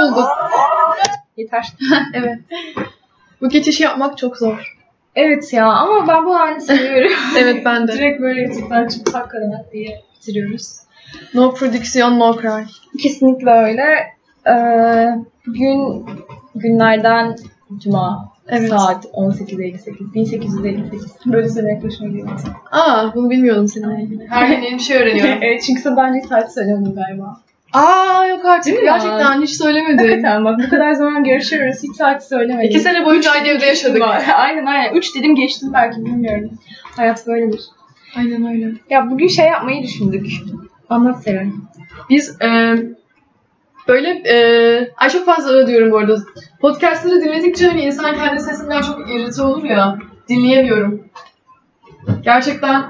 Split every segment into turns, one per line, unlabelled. bulduk. Yeter.
Evet. Bu geçişi yapmak çok zor.
Evet ya ama ben bu halini seviyorum.
Evet ben de.
Direkt böyle YouTube'dan çıkıp hakikaten diye bitiriyoruz.
No prediction, no cry.
Kesinlikle öyle. Ee, bugün günlerden cuma
Evet.
saat 18.58. 1858. Böyle sene yaklaşımı geliyor.
Aa bunu bilmiyordum senin ilgili. Her gün yeni bir şey öğreniyorum.
Evet, çünkü sen daha önce saat söylüyordun galiba.
Aa yok artık.
Değil mi
Gerçekten hiç söylemedin.
Hakikaten bak bu kadar zaman görüşüyoruz. Hiç saat söylemedim.
İki sene boyunca aynı evde yaşadık.
aynen aynen. Üç dedim geçtim belki bilmiyorum. Hayat böyledir.
Aynen öyle.
Ya bugün şey yapmayı düşündük. Anlat Seren.
Biz e, böyle e, ay çok fazla öyle diyorum bu arada. Podcastları dinledikçe hani insan kendi sesinden çok irrite olur ya. Dinleyemiyorum. Gerçekten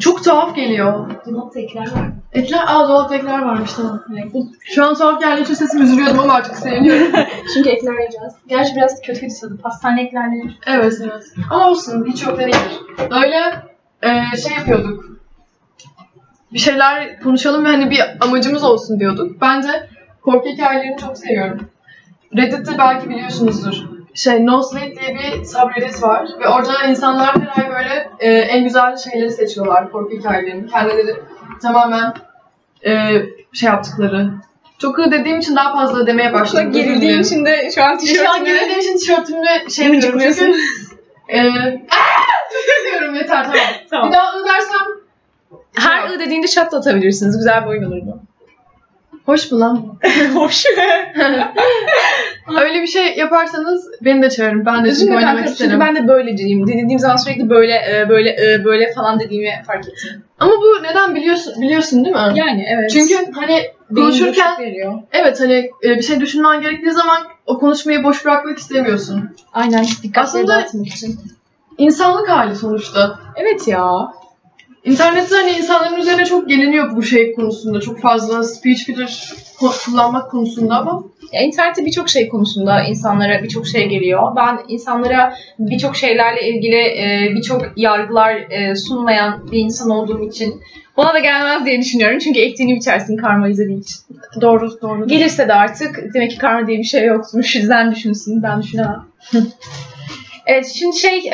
çok tuhaf geliyor.
Dolap tekrar var.
Ekler, aa dolap ekler varmış tamam.
Evet.
Şu an tuhaf geldiği için sesimi üzülüyordum ama artık seviniyorum.
Çünkü ekler yiyeceğiz. Gerçi biraz kötü kötü tadı. Pastane eklerleri.
evet evet. Ama olsun hiç yok değildir. Böyle e, şey yapıyorduk. Bir şeyler konuşalım ve hani bir amacımız olsun diyorduk. Ben de korku hikayelerini çok seviyorum. Reddit'te belki biliyorsunuzdur. Şey No Sleep diye bir subreddit var ve orada insanlar her ay böyle e, en güzel şeyleri seçiyorlar korku hikayelerini. Kendileri tamamen e, şey yaptıkları. Çok iyi dediğim için daha fazla demeye başladım. Özür dilerim.
için de şu an
Şu an geldiğim için tişörtümle şey yapıyorum çünkü... Eee... diyorum Ee, yeter tamam.
Tamam.
Bir daha ı dersem...
Her ı dediğinde şat da atabilirsiniz. Güzel bir oyun olur bu.
Hoş mu lan?
Hoş.
Öyle bir şey yaparsanız beni de çağırın. Ben de çünkü
Üzülme
oynamak
kanka çünkü
isterim.
ben de böyleciyim. Dediğim zaman sürekli böyle e, böyle e, böyle falan dediğimi fark ettim.
Ama bu neden biliyorsun biliyorsun değil mi?
Yani evet.
Çünkü hani konuşurken
veriyor.
evet hani e, bir şey düşünmen gerektiği zaman o konuşmayı boş bırakmak istemiyorsun.
Aynen dikkatleri
Aslında-
dağıtmak için.
İnsanlık hali sonuçta.
Evet ya.
İnternette hani insanların üzerine çok geliniyor bu şey konusunda. Çok fazla speech filler ko- kullanmak konusunda ama
Ya internette birçok şey konusunda insanlara birçok şey geliyor. Ben insanlara birçok şeylerle ilgili e, birçok yargılar e, sunmayan bir insan olduğum için bana da gelmez diye düşünüyorum. Çünkü ektiğini biçersin karma izlediği için.
doğru doğru.
Gelirse de artık demek ki karma diye bir şey yokmuş. Sizden düşünsün, ben düşünemem. evet, şimdi şey e,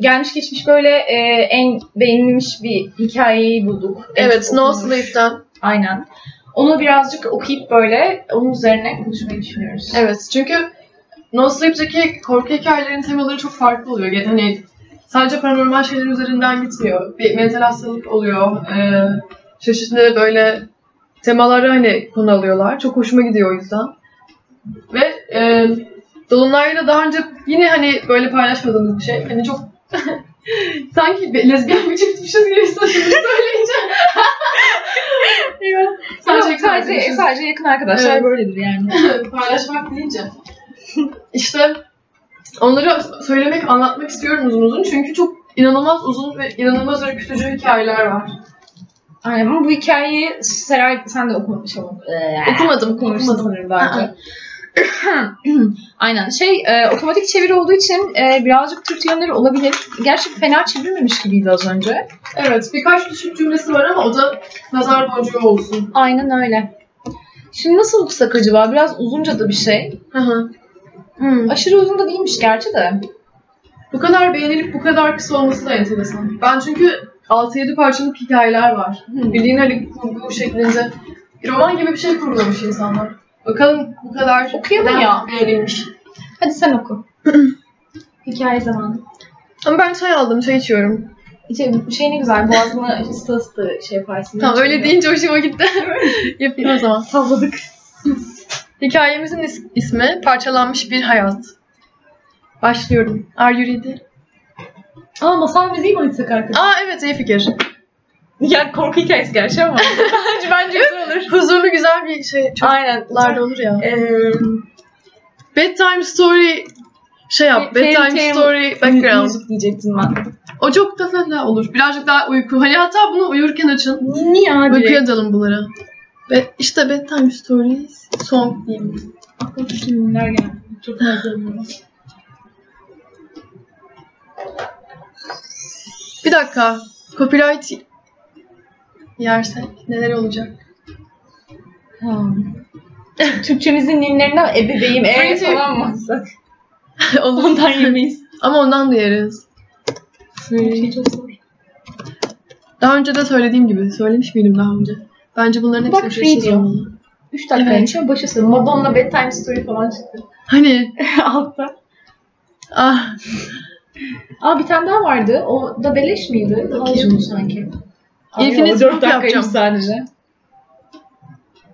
gelmiş geçmiş böyle e, en beğenilmiş bir hikayeyi bulduk. En
Evet,
çok
No
okunmuş.
Sleep'ten.
Aynen. Onu birazcık okuyup böyle onun üzerine konuşmayı düşünüyoruz.
Evet, çünkü No Sleep'teki korku hikayelerinin temaları çok farklı oluyor. Yani hani sadece paranormal şeyler üzerinden gitmiyor. Bir mental hastalık oluyor. Ee, çeşitli böyle temaları hani konu alıyorlar. Çok hoşuma gidiyor o yüzden. Ve e, Dolunay'la daha önce yine hani böyle paylaşmadığımız bir şey. Hani çok sanki bir lezbiyen bir şey çiftmişiz gibi hissediyorum söyleyince.
Sadece,
Sadece şey.
sadece, sadece yakın arkadaşlar
Evet.
böyledir yani.
paylaşmak deyince. İşte onları söylemek, anlatmak istiyorum uzun uzun. Çünkü çok inanılmaz uzun ve inanılmaz ürkütücü hikayeler var.
Aynen ama bu hikayeyi Seray sen de okumamış ama.
Okumadım,
Konuşmadım
okumadım.
sanırım belki. Aynen. Şey e, otomatik çeviri olduğu için e, birazcık Türk yönleri olabilir. Gerçi fena çevrilmemiş gibiydi az önce.
Evet, birkaç küçük cümlesi var ama o da nazar boncuğu olsun.
Aynen öyle. Şimdi nasıl okusak acaba? Biraz uzunca da bir şey.
Hı hı. Hmm.
Aşırı uzun da değilmiş gerçi de.
Bu kadar beğenilip bu kadar kısa olması da enteresan. Ben çünkü 6-7 parçalık hikayeler var. Bildiğin hani kurgu şeklinde. Bir roman gibi bir şey kurgulamış insanlar. Bakalım bu kadar
Okuyalım ya.
beğenilmiş.
Hadi sen oku. Hikaye zamanı.
Ama ben çay aldım, çay içiyorum.
İşte şey ne güzel boğazını ısıta ısıta şey yaparsın.
Tamam öyle deyince hoşuma gitti. Yapayım o zaman.
Salladık.
Hikayemizin is- ismi Parçalanmış Bir Hayat. Başlıyorum. Are you ready?
Ama masal müziği mi açsak arkadaşlar?
Aa evet iyi fikir.
Ya korku hikayesi gerçi ama. bence, bence güzel olur.
Huzurlu güzel bir şey.
Aynen.
Çocuklarda olur ya.
Eee,
Bedtime story şey yap.
Fa- fairy
Bedtime
tale
story background.
Müzik diyecektim ben.
O çok da fena olur. Birazcık daha uyku. Hani hatta bunu uyurken açın.
Ninni ya direkt.
Uykuya dalın bunları. Ve işte bedtime stories song diyeyim.
Aklıma filmler geldi. Çok nazarım.
Bir dakika. Copyright yersek neler olacak?
Türkçemizin ninlerinden ebeveyim e
Friendship.
falan mı alsak?
Olur.
Ondan yemeyiz.
Ama ondan da yeriz.
çok zor.
Daha önce de söylediğim gibi. Söylemiş miydim daha önce? Bence bunların şey hepsi
Bak,
ücretsiz
free diyor.
olmalı.
3 dakika
Evet.
geçiyor başa sarı. Madonna bedtime story falan çıktı
Hani
altta.
ah
Aa bir tane daha vardı. O da beleş miydi? Alıyordu sanki. Ay,
İlkini
o
sınıf
dört dakikaymış
yapacağım.
sadece.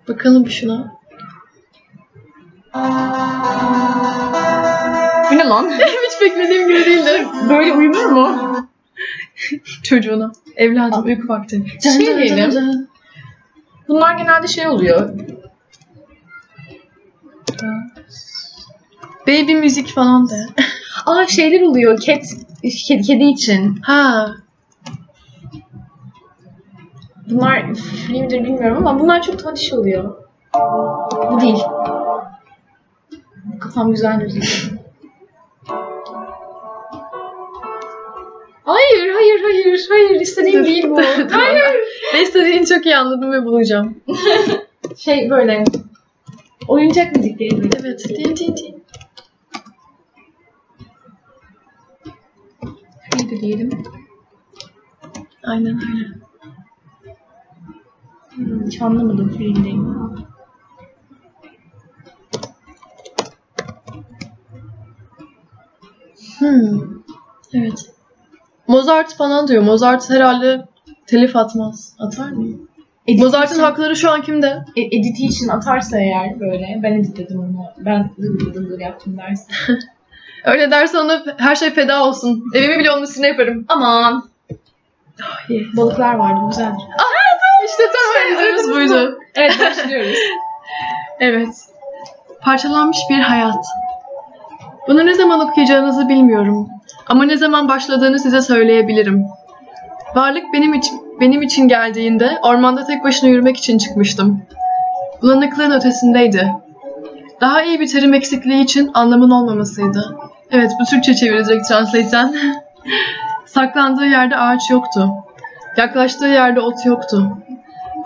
bakalım şuna.
Bu ne lan?
Hiç beklediğim gibi değildi.
Böyle uyunur mu?
Çocuğuna. Evladım uyku vakti.
Ah. Şey diyelim. Bunlar genelde şey oluyor.
Baby müzik falan de.
Aa şeyler oluyor. Cat, kedi, kedi için.
Ha.
Bunlar filmdir bilmiyorum ama bunlar çok tatlış oluyor. Bu değil. Kafam güzel müzik. Hayır, hayır, hayır, hayır. İstediğim
Dur.
değil bu. hayır.
Ne istediğini çok iyi anladım ve bulacağım.
Şey böyle. Oyuncak müzik değil mi?
Evet. Din din din.
Neydi diyelim?
Aynen öyle.
Hmm, hiç anlamadım filmdeyim.
Hmm. Evet. Mozart falan diyor. Mozart herhalde telif atmaz. Atar mı?
Edit
Mozart'ın
için-
hakları şu an kimde?
e, editi için atarsa eğer böyle. Ben editledim onu. Ben dıngır dıngır yaptım dersin.
Öyle derse ona fe- her şey feda olsun. Evimi bile onun üstüne yaparım.
Aman.
yes.
Balıklar vardı güzeldi.
İşte tam aradığımız buydu.
Evet başlıyoruz.
Evet. Parçalanmış bir hayat. Bunu ne zaman okuyacağınızı bilmiyorum. Ama ne zaman başladığını size söyleyebilirim. Varlık benim için, benim için geldiğinde ormanda tek başına yürümek için çıkmıştım. Bulanıklığın ötesindeydi. Daha iyi bir terim eksikliği için anlamın olmamasıydı. Evet bu Türkçe çevirecek Translate'den. Saklandığı yerde ağaç yoktu. Yaklaştığı yerde ot yoktu.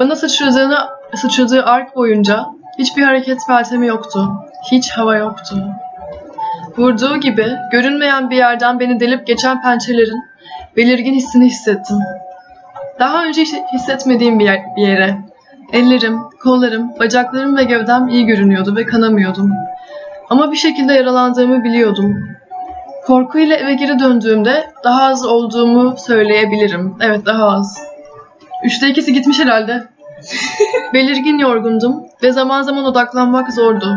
Bana sıçradığını, sıçradığı ark boyunca hiçbir hareket peltemi yoktu. Hiç hava yoktu. Vurduğu gibi görünmeyen bir yerden beni delip geçen pençelerin belirgin hissini hissettim. Daha önce hiç hissetmediğim bir, yer- bir yere. Ellerim, kollarım, bacaklarım ve gövdem iyi görünüyordu ve kanamıyordum. Ama bir şekilde yaralandığımı biliyordum. Korkuyla eve geri döndüğümde daha az olduğumu söyleyebilirim. Evet daha az. Üçte ikisi gitmiş herhalde. Belirgin yorgundum ve zaman zaman odaklanmak zordu.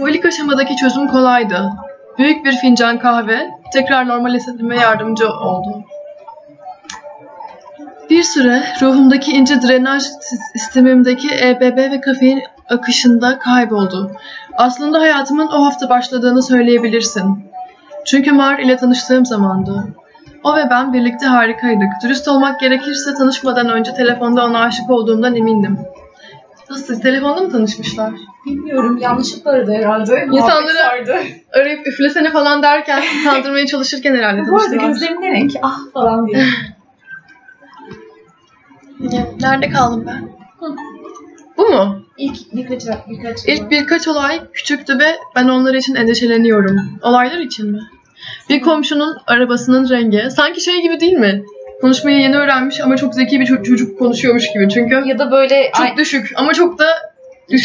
Bu ilk aşamadaki çözüm kolaydı. Büyük bir fincan kahve tekrar normal hissetmeme yardımcı oldu. Bir süre ruhumdaki ince drenaj sis- sistemimdeki EBB ve kafein akışında kayboldu. Aslında hayatımın o hafta başladığını söyleyebilirsin. Çünkü Mar ile tanıştığım zamandı. O ve ben birlikte harikaydık. Dürüst olmak gerekirse tanışmadan önce telefonda ona aşık olduğumdan emindim. Nasıl? Telefonda mı tanışmışlar?
Bilmiyorum yanlışlıkla aradı herhalde.
İnsanları-
vardı.
Arayıp üflesene falan derken kandırmaya çalışırken herhalde
Bu arada
tanıştılar.
gözlerim ne renk? Ah falan diye.
Nerede kaldım ben?
Hı.
Bu mu?
İlk birkaç birkaç
İlk birkaç olay küçüktü ve ben onlar için endişeleniyorum. Olaylar için mi? Bir komşunun arabasının rengi. Sanki şey gibi değil mi? Konuşmayı yeni öğrenmiş ama çok zeki bir ço- çocuk konuşuyormuş gibi. Çünkü
ya da böyle
çok
ay,
düşük ama çok da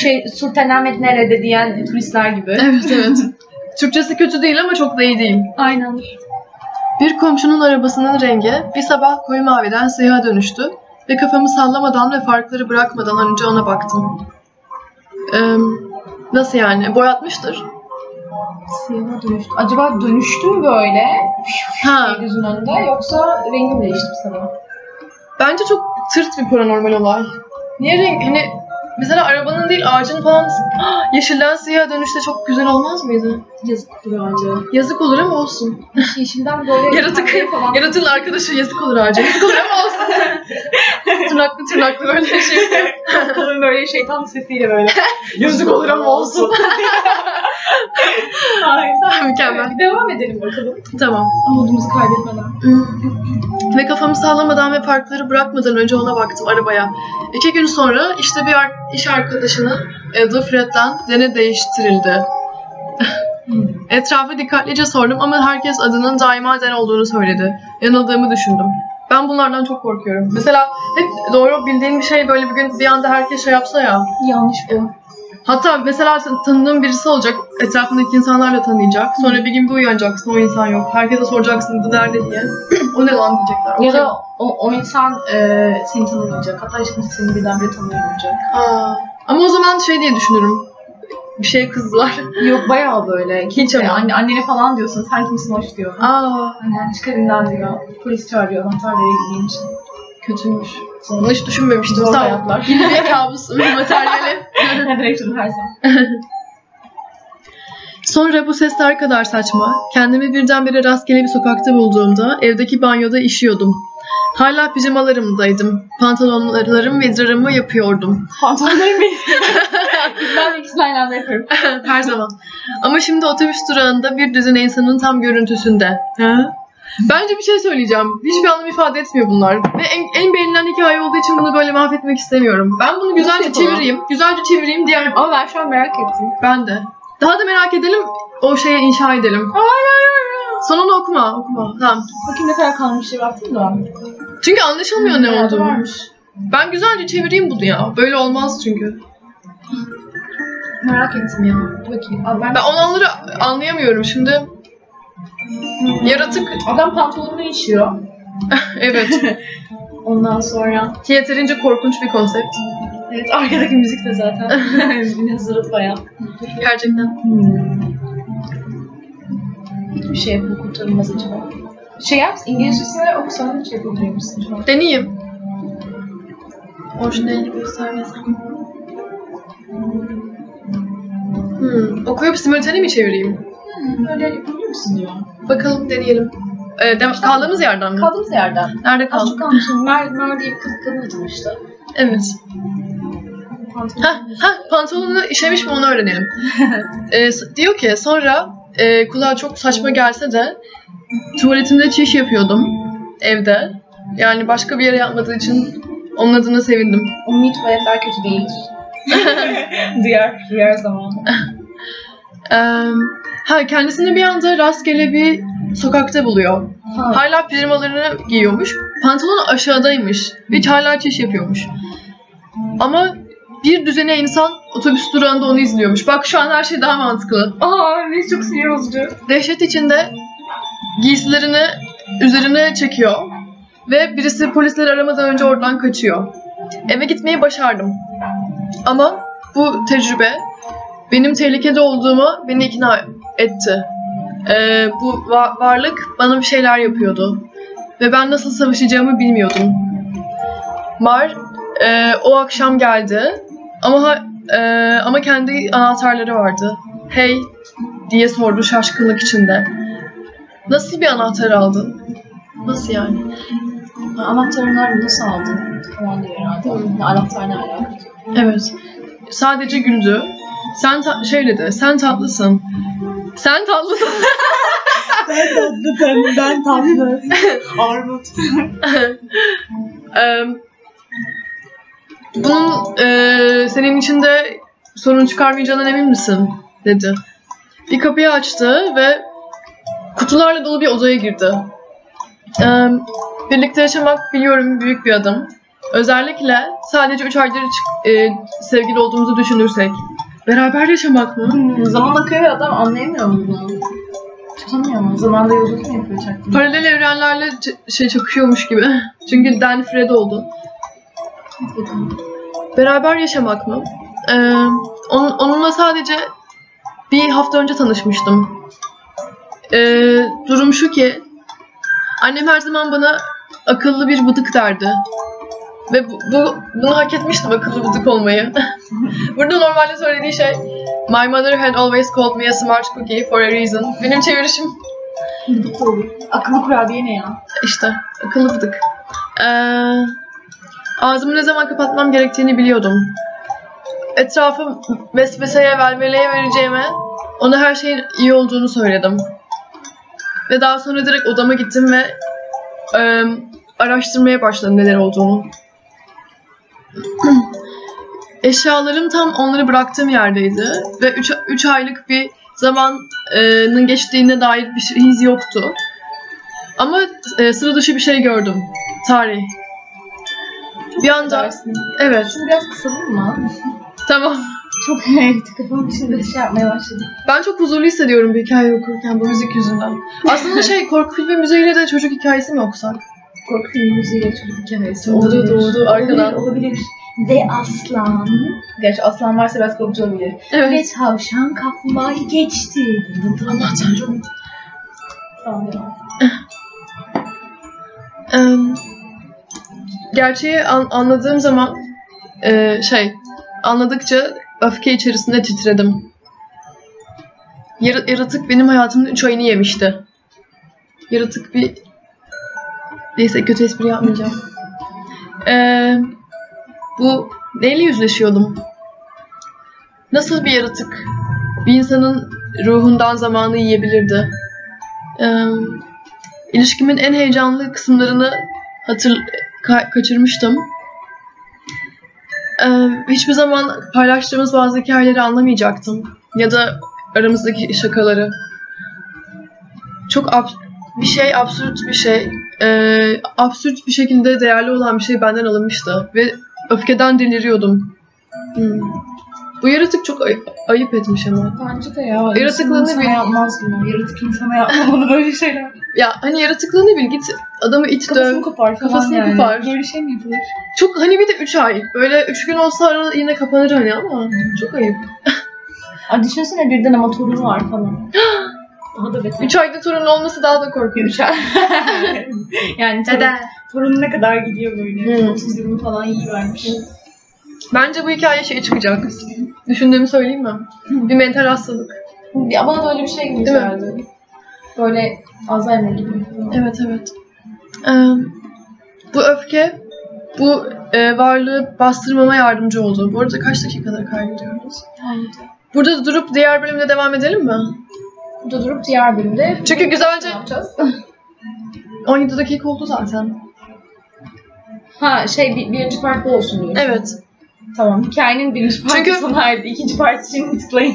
şey Sultanahmet nerede diyen turistler gibi.
Evet evet. Türkçesi kötü değil ama çok da iyi değil.
Aynen.
Bir komşunun arabasının rengi bir sabah koyu maviden siyaha dönüştü ve kafamı sallamadan ve farkları bırakmadan önce ona baktım. Eee, nasıl yani? Boyatmıştır.
Siyaha dönüştü. Acaba dönüştü mü böyle
Ha,
gözün önünde yoksa rengi mi değişti sana?
bence çok tırt bir paranormal olay. Niye renk? Hani mesela arabanın değil ağacın falan yeşilden siyaha dönüşte çok güzel olmaz mıydı?
Yazık olur ağaca.
Yazık olur ama olsun.
Yeşilden böyle
Yaratık,
pembeye falan.
yaratığın arkadaşı yazık olur ağaca. Yazık olur ama olsun. tırnaklı tırnaklı böyle şey.
Kalın böyle şeytan sesiyle böyle.
Yazık olur ama olsun. Mükemmel.
Devam edelim bakalım.
Tamam.
Umudumuzu kaybetmeden.
Ve kafamı sallamadan ve parkları bırakmadan önce ona baktım arabaya. İki gün sonra işte bir ar- iş arkadaşının adı Fred'den dene değiştirildi. Etrafı dikkatlice sordum ama herkes adının daima Den olduğunu söyledi. Yanıldığımı düşündüm. Ben bunlardan çok korkuyorum. Mesela hep doğru bildiğin bir şey böyle bir gün bir anda herkes şey yapsa ya.
Yanlış bu.
Hatta mesela tan- tanıdığın birisi olacak. Etrafındaki insanlarla tanıyacak. Sonra bir gün bir uyanacaksın o insan yok. Herkese soracaksın bu nerede diye. o ne lan diyecekler.
Ya da o, o insan e, seni tanımayacak. Hatta şimdi seni birdenbire tanıyamayacak.
Aa, ama o zaman şey diye düşünürüm. Bir şey kızlar.
Yok bayağı böyle.
Hiç
Kimse-
ama.
Anne, annene falan diyorsun. Sen kimsin hoş diyor.
Aa,
Annen çıkar inden diyor. Polis çağırıyor anahtarlara gideyim için.
kötüymüş. Bunu hiç düşünmemiştim.
Zor
Tamam.
hayatlar.
Yine bir kabus ürün materyali.
Direkt her zaman.
Sonra bu sesler kadar saçma. Kendimi birdenbire rastgele bir sokakta bulduğumda evdeki banyoda işiyordum. Hala pijamalarımdaydım. Pantolonlarım ve idrarımı yapıyordum.
Pantolonlarım benim. ben ikisini aynı anda yaparım.
Her zaman. Ama şimdi otobüs durağında bir düzine insanın tam görüntüsünde. Bence bir şey söyleyeceğim. Hiçbir anlam ifade etmiyor bunlar. Ve en, en beğenilen hikaye olduğu için bunu böyle mahvetmek istemiyorum. Ben bunu güzelce
yapalım?
çevireyim. Güzelce çevireyim diğer...
Ama ben şu an merak ettim.
Ben de. Daha da merak edelim. O şeye inşa edelim. Sonunu okuma. Okuma. Tamam.
Bakayım ne kadar kalmış diye baktım da.
Çünkü anlaşılmıyor ne
Bayağı da
olduğunu.
varmış.
Ben güzelce çevireyim bunu ya. Böyle olmaz çünkü.
Merak ettim ya. Bakayım. Abi ben,
Ben olanları anlayamıyorum şimdi. Yaratık.
Adam pantolonunu işiyor.
Evet.
Ondan sonra...
Yeterince korkunç bir konsept.
Evet arkadaki müzik de zaten. Yine zırıplayan.
Gerçekten.
Hiçbir şey bu kurtarılmaz acaba. Şey yap, İngilizcesini okusan şey bulabilir misin? şu an?
Deneyeyim. Orijinalini göstermesem. Hmm. Okuyup simultane mi çevireyim?
Böyle yapabilir misin diyor.
Bakalım deneyelim. Ee, dem- kaldığımız yerden mi?
Kaldığımız yerden.
Nerede
Az
kaldık?
çok kalmışım. Mer, Mer diye bir kız kadın atmıştı.
Evet. Hah,
Pantolonunu
hah, pantolonunu işemiş mi onu öğrenelim. Ee, s- diyor ki sonra e, kulağa çok saçma gelse de tuvaletimde çiş yapıyordum evde. Yani başka bir yere yapmadığı için onun adına sevindim.
Ummi tuvaletler kötü değil. diğer, diğer zaman.
Ee, ha kendisini bir anda rastgele bir sokakta buluyor.
Ha.
Hala pijamalarını giyiyormuş. Pantolonu aşağıdaymış. Ve hala çiş yapıyormuş. Ama bir düzene insan otobüs durağında onu izliyormuş. Bak şu an her şey daha mantıklı.
Aa ne çok sinir bozucu.
Dehşet içinde giysilerini üzerine çekiyor ve birisi polisleri aramadan önce oradan kaçıyor. Eve gitmeyi başardım. Ama bu tecrübe benim tehlikede olduğuma beni ikna etti. Ee, bu va- varlık bana bir şeyler yapıyordu ve ben nasıl savaşacağımı bilmiyordum. Mar e, o akşam geldi ama ha- e, ama kendi anahtarları vardı. Hey diye sordu şaşkınlık içinde. Nasıl bir anahtar aldın? Nasıl yani?
Anahtarını nasıl aldın? Falan diyor herhalde. Ne anahtar ne alaka?
Evet. Sadece güldü. Sen ta- şey dedi. Sen tatlısın. Sen tatlısın.
Ben tatlı, ben, ben tatlı. Armut.
Eee, Bunun eee, senin için de sorun çıkarmayacağından emin misin? Dedi. Bir kapıyı açtı ve kutularla dolu bir odaya girdi. Eee, birlikte yaşamak biliyorum büyük bir adım. Özellikle sadece üç aydır çık- eee, sevgili olduğumuzu düşünürsek. Beraber yaşamak mı?
Hmm, zaman akıyor ve adam anlayamıyor mu bunu? Tutamıyor mu? Zamanda yolculuk mu yapıyor çaktın?
Paralel evrenlerle ç- şey çakışıyormuş gibi. Çünkü Dan Fred oldu. Beraber yaşamak mı? Ee, onun- onunla sadece bir hafta önce tanışmıştım. Ee, durum şu ki annem her zaman bana akıllı bir bıdık derdi. Ve bu, bu- bunu hak etmiştim akıllı bıdık olmayı. Burada normalde söylediği şey My mother had always called me a smart cookie for a reason. Benim çevirişim
Bıdık da olur. Akıllı kurabiye ne ya?
işte akıllı bıdık. Ee, ağzımı ne zaman kapatmam gerektiğini biliyordum. Etrafı vesveseye, velveleye vereceğime Ona her şeyin iyi olduğunu söyledim. Ve daha sonra direkt odama gittim ve e, araştırmaya başladım neler olduğunu. Eşyalarım tam onları bıraktığım yerdeydi ve 3 aylık bir zamanın geçtiğine dair bir şey- iz yoktu. Ama e, sıra dışı bir şey gördüm. Tarih. Bir anda
Dersin.
evet
Şunu biraz kısalım mı?
tamam.
Çok evet kafam şimdi şey yapmaya başladı.
Ben çok huzurlu hissediyorum bir hikaye okurken bu müzik yüzünden. Aslında şey korku filmi müziğiyle de çocuk hikayesi mi okusak?
Korku filmi müziğiyle çocuk hikayesi.
Oldu
Olabilir.
doğdu arkadan.
Olabilir. Ve aslan. Gerçi aslan varsa biraz korkucu olabilir.
Evet.
Ve tavşan kaplumbağayı geçti.
Aman tanrım.
Tamam devam.
Em, gerçeği an- anladığım zaman e, şey anladıkça öfke içerisinde titredim. Yar- yaratık benim hayatımın 3 ayını yemişti. Yaratık bir... Neyse kötü espri yapmayacağım. Em, bu neyle yüzleşiyordum? Nasıl bir yaratık bir insanın ruhundan zamanı yiyebilirdi? Em, İlişkimin en heyecanlı kısımlarını hatır ka- kaçırmıştım. Ee, hiçbir zaman paylaştığımız bazı hikayeleri anlamayacaktım ya da aramızdaki şakaları. Çok ab- bir şey absürt bir şey, ee, absürt bir şekilde değerli olan bir şey benden alınmıştı ve öfkeden deliriyordum. Hmm. Bu yaratık çok ay- ayıp etmiş ama.
Bence de ya.
Yaratıklığını
insana
bil-
yapmaz bunu. Yaratık insana yapmamalı böyle şeyler.
Ya hani yaratıklığını bil git adamı it döv.
Kafasını kopar falan
Kafasını
yani.
kopar.
Böyle şey mi yapılır?
Çok hani bir de 3 ay. Böyle 3 gün olsa ara yine kapanır hani ama çok ayıp.
Ay düşünsene birden ama torunu var falan. Daha da beter.
3 ayda torun olması daha da korkunç.
Üç ay. yani torun, torun ne kadar gidiyor böyle.
Hı.
30 yılını falan iyi vermiş.
Bence bu hikaye şey çıkacak. Düşündüğümü söyleyeyim mi? Bir mental hastalık.
Ya bana da öyle bir şey gibi
Değil mi?
geldi. Böyle Alzheimer gibi. falan.
Evet evet. Ee, bu öfke bu e, varlığı bastırmama yardımcı oldu. Bu arada kaç dakikada kaybediyoruz?
Aynen.
Burada durup diğer bölümde devam edelim mi?
Burada durup diğer bölümde.
Çünkü güzelce-
Ne yapacağız?
17 dakika oldu zaten.
ha şey bir, birinci part bu olsun diyorsun.
Evet.
Tamam. Hikayenin birinci parti
Çünkü-
sona erdi. İkinci part için tıklayın.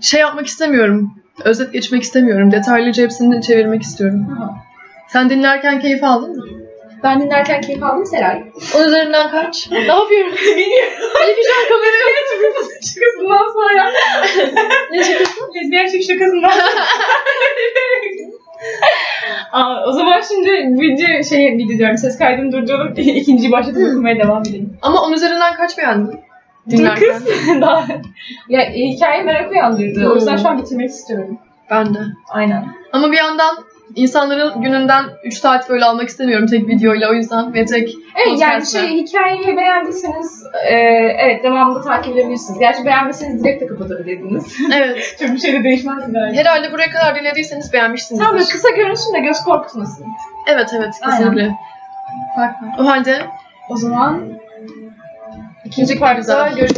Şey yapmak istemiyorum. Özet geçmek istemiyorum. Detaylıca hepsini çevirmek istiyorum.
Aha.
Sen dinlerken keyif aldın mı?
Ben dinlerken keyif aldım Seray.
On üzerinden kaç? ne yapıyorum?
Bilmiyorum.
Elif şu an kameraya
şakasından sonra.
ne çıkıyor?
Lezbiyen çift şakasından sonra. Aa, o zaman şimdi video şey video diyorum ses kaydını durdurup ikinciyi başlatıp okumaya devam edelim.
Ama on üzerinden kaç beğendin?
Dur kız. Daha ya e, hikaye merak uyandırdı. O yüzden
Hmm.
şu an bitirmek istiyorum.
Ben de.
Aynen.
Ama bir yandan insanların gününden 3 saat böyle almak istemiyorum tek videoyla o yüzden ve tek
Evet yani
Podcast'la.
şey hikayeyi beğendiyseniz e, evet devamında takip edebilirsiniz. Gerçi beğenmeseniz direkt de kapatabilirdiniz.
Evet.
Çok bir şey de değişmez yani.
Herhalde buraya kadar dinlediyseniz beğenmişsinizdir.
Sen böyle kısa görünsün de göz korkutmasın.
Evet evet kesinlikle.
Bak bak.
O halde
O zaman
ikinci
partta
parça
görüşürüz.